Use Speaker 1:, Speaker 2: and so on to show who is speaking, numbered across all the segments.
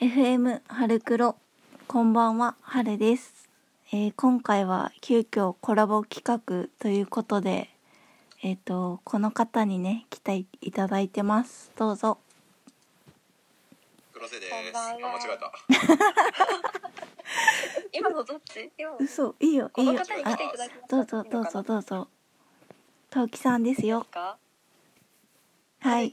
Speaker 1: FM 春黒こんばんは春です、えー今回は急遽コラボ企画ということでえっ、とこの方にね来ていただいてますどうぞ
Speaker 2: 黒瀬です。
Speaker 3: こんばんは
Speaker 2: あ間違えた。
Speaker 3: 今のどっち今の
Speaker 1: 嘘いいよい
Speaker 3: こ
Speaker 1: い
Speaker 3: の
Speaker 1: よ
Speaker 3: 方に
Speaker 1: あ
Speaker 3: 来ていただきました
Speaker 1: どうぞどうぞどうぞトウキさんですよ
Speaker 3: か
Speaker 1: はい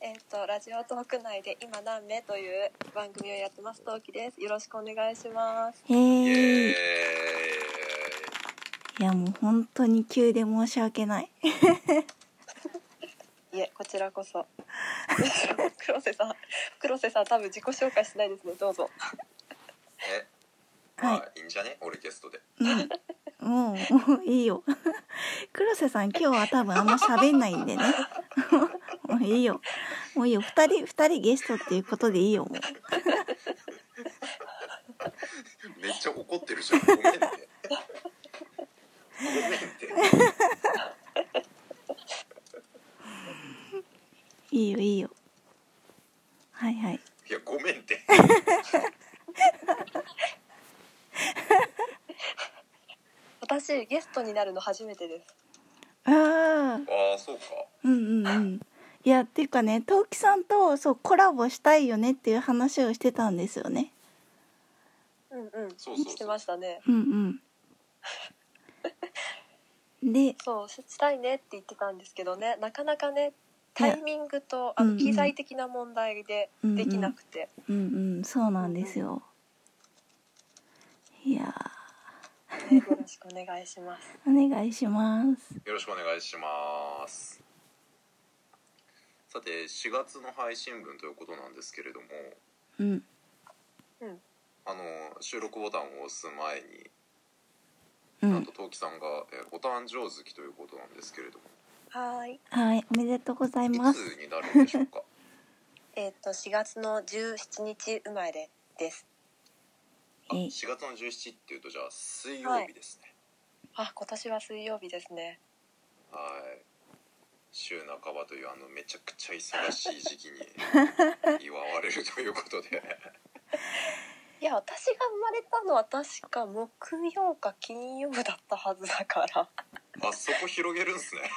Speaker 3: えっ、とラジオトーク内で今何名という番組をやってますトウキですよろしくお願いします
Speaker 1: へ
Speaker 2: イエー
Speaker 1: ー
Speaker 2: イ
Speaker 1: い。やもう本当に急で申し訳ない
Speaker 3: いえこちらこそ 黒瀬さん黒瀬さん多分自己紹介しないですねどうぞ
Speaker 2: え、ま
Speaker 1: はい
Speaker 2: あ、いいんじゃね？俺ゲストで。
Speaker 1: うん、もうもういいよ黒瀬さん今日は多分あんま喋んないんでねもういいよもういいよ二人二人ゲストっていうことでいいよもう
Speaker 2: めっちゃ怒ってるじゃん。ごめんね。ごめんって。
Speaker 1: いいよいいよはいはい
Speaker 2: いやごめんって。
Speaker 3: 私ゲストになるの初めてです
Speaker 1: あー
Speaker 2: ああそうか。
Speaker 1: うんうんうんいやっていうかねトウキさんとそうコラボしたいよねっていう話をしてたんですよね
Speaker 3: うんうん
Speaker 2: そうそうそう
Speaker 3: してましたね
Speaker 1: うんうんで
Speaker 3: そうししたいねって言ってたんですけどねなかなかねタ
Speaker 1: ね
Speaker 3: イミングとあの、
Speaker 1: うんうん
Speaker 3: 機材的な問題でできなくて、
Speaker 1: うんうんそうなんですよいや
Speaker 3: ねよろしくお願いします
Speaker 1: ーお願いします
Speaker 2: よろしくお願いします。さて4月の配信分ということなんですけれども、
Speaker 1: うん
Speaker 2: あの収録ボタンを押す前に、
Speaker 1: う
Speaker 2: なん
Speaker 1: ん
Speaker 2: とトウキさんがえお誕生月ということなんですけれども、
Speaker 3: はーい
Speaker 1: はいおめでとうござい
Speaker 2: い
Speaker 1: ます
Speaker 2: つになるんでしょうか。
Speaker 3: えっ、と4月の17日生まれです。
Speaker 2: あ
Speaker 1: えい
Speaker 2: 4月の17っていうとじゃあ水曜日ですね。
Speaker 3: あ、今年は水曜日ですね。
Speaker 2: はい。週半ばというあのめちゃくちゃ忙しい時期に祝われるということで、
Speaker 3: いや、私が生まれたのは確か木曜か金曜だったはずだから。
Speaker 2: あそこ広げるんすね。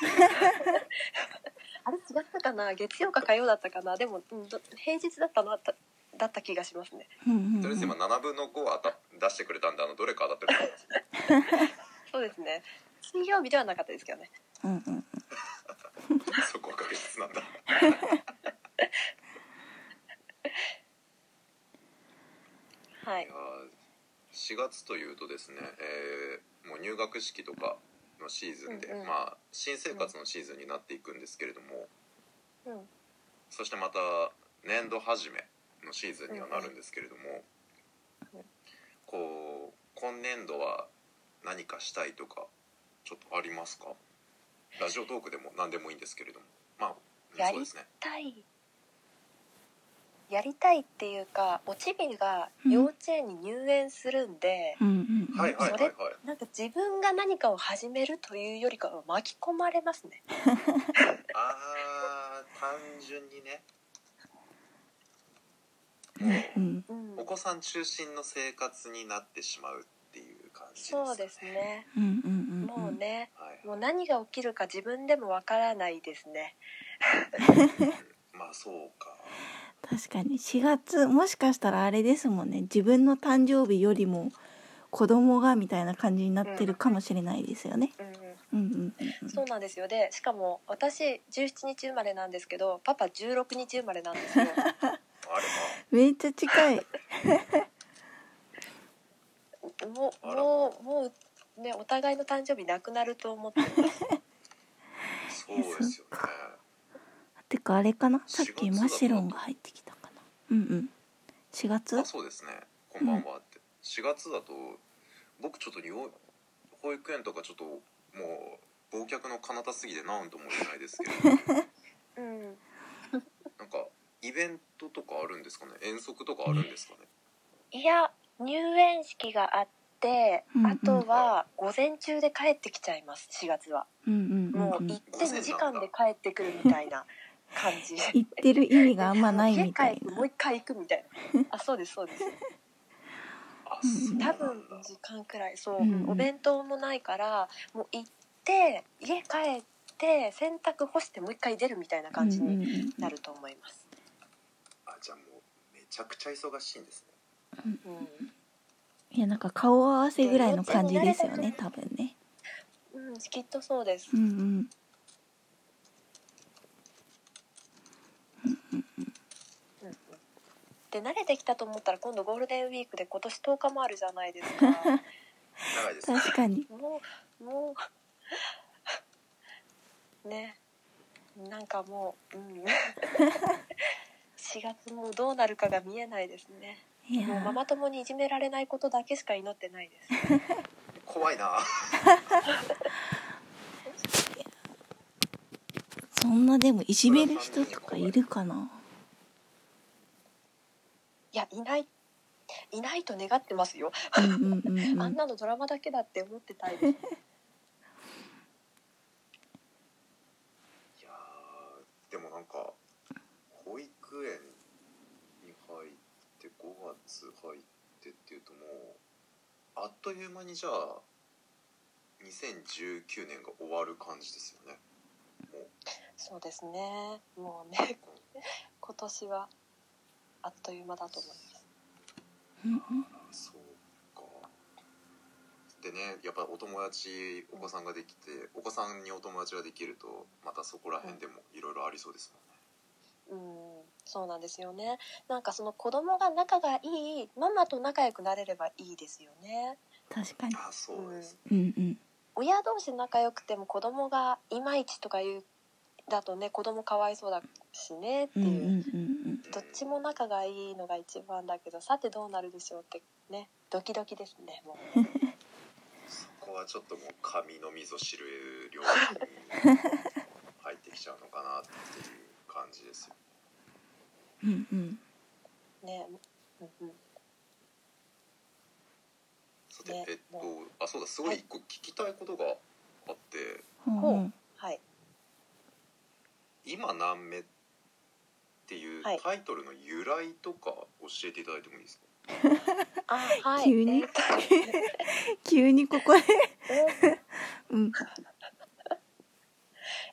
Speaker 3: あれ違ったかな、月曜か火曜だったかな、でも、うんど平日だったのだだった気がしますね。
Speaker 1: うんうん
Speaker 2: とりあえず今7分の5は当た出してくれたんであのどれか当たってるか
Speaker 3: そうですね。水曜日ではなかったですけどね。
Speaker 1: うんうん
Speaker 2: なそこは確実なんだ。
Speaker 3: はいい
Speaker 2: や。ー4月というとですね、えーもう入学式とかのシーズンで、
Speaker 3: うんうん
Speaker 2: まあ新生活のシーズンになっていくんですけれども、
Speaker 3: うん。
Speaker 2: そしてまた年度初めのシーズンにはなるんですけれども、
Speaker 3: うんうん
Speaker 2: こう今年度は何かしたいとかちょっとありますかラジオトークでも何でもいいんですけれどもまあ
Speaker 3: やり
Speaker 2: そうですね
Speaker 3: たい。やりたいっていうか、おちびが幼稚園に入園するんで。
Speaker 1: うんうんうん
Speaker 2: はいはいはいはい
Speaker 3: なんか自分が何かを始めるというよりかは巻き込まれますね。
Speaker 2: あー単純にね
Speaker 1: うん
Speaker 3: うん
Speaker 2: お子さん中心の生活になってしまうっていう感じですかね
Speaker 3: そうですね。
Speaker 1: うんうんうんうん
Speaker 3: もうね、
Speaker 2: はい
Speaker 3: もう何が起きるか自分でもわからないですね。
Speaker 2: まあそうか
Speaker 1: 確かに4月もしかしたらあれですもんね自分の誕生日よりも子供がみたいな感じになってるかもしれないですよね
Speaker 3: うん
Speaker 1: うんうんうん
Speaker 3: うん、そうなんですよ。で、しかも私17日生まれなんですけど、パパ16日生まれなんですよ。
Speaker 2: あれ
Speaker 1: うんめっちゃ近い
Speaker 3: もう
Speaker 2: あら
Speaker 3: もうもうねお互いの誕生日なくなると思って ます。
Speaker 2: ばそうですよね
Speaker 1: てかあれかなさっき
Speaker 2: 4月だと
Speaker 1: マシロンが入ってきたかなうんうん4月
Speaker 2: あそうですねこんばんはって、4月だと僕ちょっとにお保育園とかちょっともう忘却の彼方すぎてなんとも言えない ですけど
Speaker 3: うん。
Speaker 2: なんかイベントとかあるんですかね遠足とかあるんですかね
Speaker 3: いや入園式があって、
Speaker 1: うんうん
Speaker 3: あとは午前中で帰ってきちゃいます4月は。
Speaker 1: うんうんうん
Speaker 3: も
Speaker 1: う
Speaker 3: う
Speaker 1: ん
Speaker 3: 行って2時間で帰ってくるみたいな感 じ
Speaker 1: 言ってる意味があんまないみたい
Speaker 3: 家帰っても
Speaker 1: な
Speaker 3: う一回行くみたいなあそうですそうです
Speaker 2: あ
Speaker 1: うん
Speaker 2: そうな
Speaker 3: 多
Speaker 2: んだ
Speaker 3: 分2時間くらいそう、
Speaker 1: うんうん
Speaker 3: お弁当もないからもう行って家帰って洗濯干してもう一回出るみたいな感じ
Speaker 1: うん
Speaker 3: に
Speaker 1: うんうん
Speaker 3: なると思います、
Speaker 2: あじゃあもうめちゃくちゃ忙しいんですね
Speaker 3: う
Speaker 1: いやなんか顔合わせぐらいの感じですよね多分ね
Speaker 3: んうんきっとそうです
Speaker 1: うんうんうん
Speaker 3: うんうんで慣れてきたと思ったら今度ゴールデンウィークで今年10日もあるじゃないですか
Speaker 2: 長いです ね
Speaker 1: 確かに
Speaker 3: もうもう ねなんかもう、うん4月もどうなるかが見えないですね
Speaker 1: いや
Speaker 3: もうマ
Speaker 1: ー
Speaker 3: マ友にいじめられないことだけしか祈ってないです
Speaker 2: 怖いな
Speaker 1: そんなでもいじめる人とかいるかない
Speaker 3: やいないいないと願ってますよ、
Speaker 1: うんうんうんう
Speaker 3: あん
Speaker 1: ん
Speaker 3: なのドラマだけだって思ってたいです
Speaker 2: いやーでもなんか保育園に入って5月入ってっていうともうあっという間にじゃあ2019年が終わる感じですよね
Speaker 3: そうですねもうね 今年はあっという間だと思います
Speaker 1: うん
Speaker 2: そうかでねやっぱお友達お子さんができてお子さんにお友達ができるとまたそこら辺でもいろいろありそうですもんね
Speaker 3: うんそうなんですよねなんかその子供が仲がいいママと仲良くなれればいいですよね
Speaker 1: 確かに
Speaker 2: あそうです、
Speaker 1: うんうん
Speaker 3: 親同士仲良くても子供がいまいちとかいうだとね子供かわいそうだしねって
Speaker 1: うん
Speaker 3: いう、
Speaker 1: うんうん
Speaker 3: どっちも仲がいいのが一番だけどさてどうなるでしょうってねドキドキですねもうね
Speaker 2: そこはちょっともう紙の溝知る領域に入ってきちゃうのかなっていう感じですよ
Speaker 1: うんうんうん
Speaker 3: ねうんうん
Speaker 2: さて、
Speaker 3: ね
Speaker 2: えっとあそうだすごい一個聞きたいことがあって
Speaker 1: ほうほう
Speaker 3: はい
Speaker 2: 今何目っていう
Speaker 3: はい
Speaker 2: タイトルの由来とか教えていただいてもいいですか、
Speaker 3: あはい
Speaker 1: 急に
Speaker 3: えーと
Speaker 1: 急にここで
Speaker 3: えー
Speaker 1: うん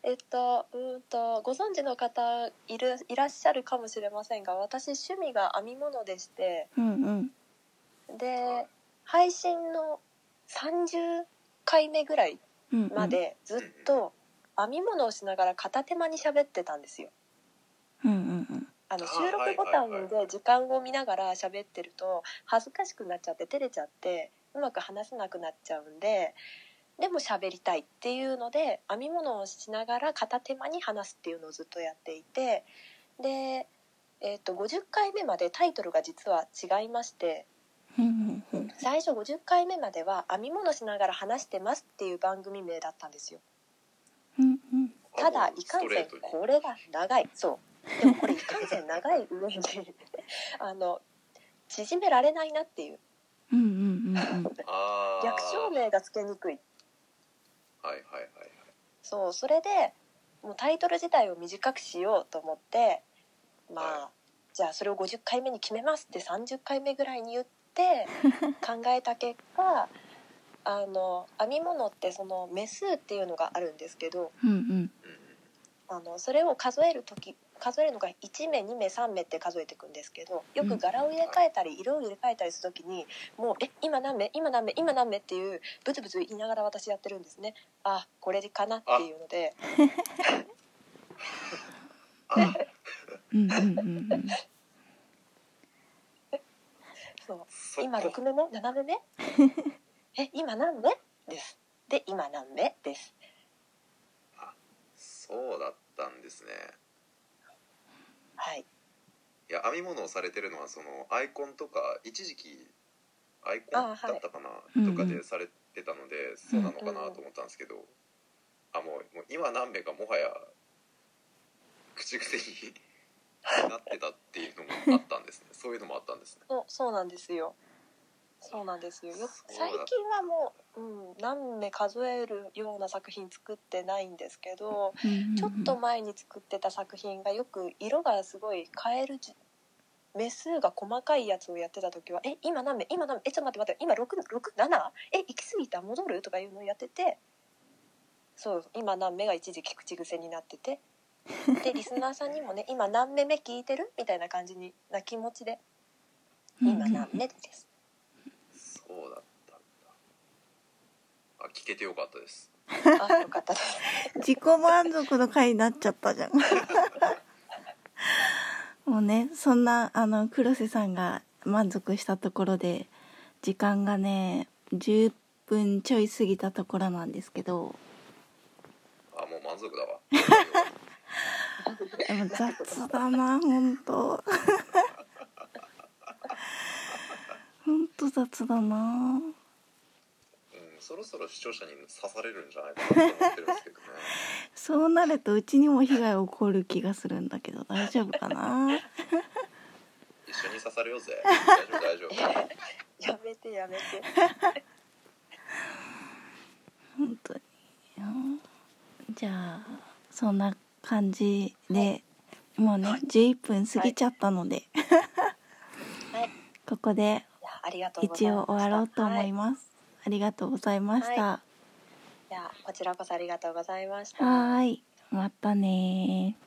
Speaker 3: えっとうーんとご存知の方いるいらっしゃるかもしれませんが私趣味が編み物でして
Speaker 1: うんうん
Speaker 3: で配信の30回目ぐらい
Speaker 1: うんうん
Speaker 3: までずっと編み物をしながら片手間に喋ってたんですよ。
Speaker 1: うんうんうん
Speaker 3: あの
Speaker 2: あ
Speaker 3: 収録ボタンで時間を見ながら喋ってると恥ずかしくなっちゃって照れちゃってうまく話せなくなっちゃうんででも喋りたいっていうので編み物をしながら片手間に話すっていうのをずっとやっていてで、えー、と50回目までタイトルが実は違いまして
Speaker 1: うんうんうん
Speaker 3: 最初50回目までは編み物しながら話してますっていう番組名だったんですよ。
Speaker 1: うんうん
Speaker 3: た
Speaker 2: あ
Speaker 3: だ
Speaker 2: の
Speaker 3: いかん
Speaker 2: スト
Speaker 3: せ
Speaker 2: レ
Speaker 3: ん
Speaker 2: ートに
Speaker 3: これが長いそうでもこれいかんせん長い上に あの縮められないなっていう
Speaker 1: うんうんうん
Speaker 2: あー
Speaker 3: 逆照明がつけにくい
Speaker 2: はいはいはいはい
Speaker 3: そうそれでもうタイトル自体を短くしようと思ってまあ、
Speaker 2: は
Speaker 3: じゃあそれを50回目に決めますって30回目ぐらいに言って 考えた結果あの編み物ってその目数っていうのがあるんですけど
Speaker 1: うんうん
Speaker 2: うんうん
Speaker 3: あのそれを数える時数えるのが1目2目3目って数えていくんですけどよく柄を入れ替えたり色を入れ替えたりする時にもう「え今何目今何目今何目」っていうブツブツ言いながら私やってるんですねあこれかなっていうので
Speaker 2: あ
Speaker 1: うんうんうんうん
Speaker 3: そ
Speaker 2: そうこ
Speaker 3: 今6目目7目目え今何目ですで今何目です
Speaker 2: そうだったんですね
Speaker 3: はい
Speaker 2: いや編み物をされてるのはそのアイコンとか一時期アイコンだったかな、
Speaker 1: い
Speaker 2: とか
Speaker 1: うんう
Speaker 2: で
Speaker 1: ん
Speaker 2: されてたので、そうなのかなと思ったんですけど、あもうもう今何名かもはや口癖に なってたっていうのもあったんですねそういうのもあったんですね
Speaker 3: そうそうなんですよそうなんですよよ
Speaker 2: そうだ
Speaker 3: 最近はもう、うん、何目数えるような作品作ってないんですけど
Speaker 1: うん
Speaker 3: ちょっと前に作ってた作品がよく色がすごい変えるじ目数が細かいやつをやってた時は「え今何目今何目えちょっと待って待って今 667? え行き過ぎた戻る?」とかいうのをやっててそう「今何目」が一時聞く口癖になってて でリスナーさんにもね「今何目目聞いてる?」みたいな感じにな気持ちで「
Speaker 1: うんうん
Speaker 3: 今何目」 です。
Speaker 2: そうだったんだあ聞けてよかったです
Speaker 3: あよかったです。
Speaker 1: 自己満足の回になっちゃったじゃん もうねそんなあの黒瀬さんが満足したところで時間がね10分ちょい過ぎたところなんですけど
Speaker 2: あもう満足だ わ
Speaker 1: でも雑だな本当 本当雑だな
Speaker 2: うんそろそろ視聴者に刺されるんじゃないかなと思ってるんですけどね
Speaker 1: そうなるとうちにも被害起こる気がするんだけど大丈夫かな
Speaker 2: 一緒に刺されようぜ大丈夫大丈 夫
Speaker 3: やめてやめて。
Speaker 1: 本当にじゃあそんな感じで、もうね11分過ぎちゃったので、
Speaker 3: はい。
Speaker 1: ここで
Speaker 3: いやありがとうござい
Speaker 1: 一応
Speaker 3: ました
Speaker 1: 終わろうと思
Speaker 3: はい
Speaker 1: ます、ありがとうございました、はい
Speaker 3: いやこちらこそありがとうございました。
Speaker 1: ーいまたねー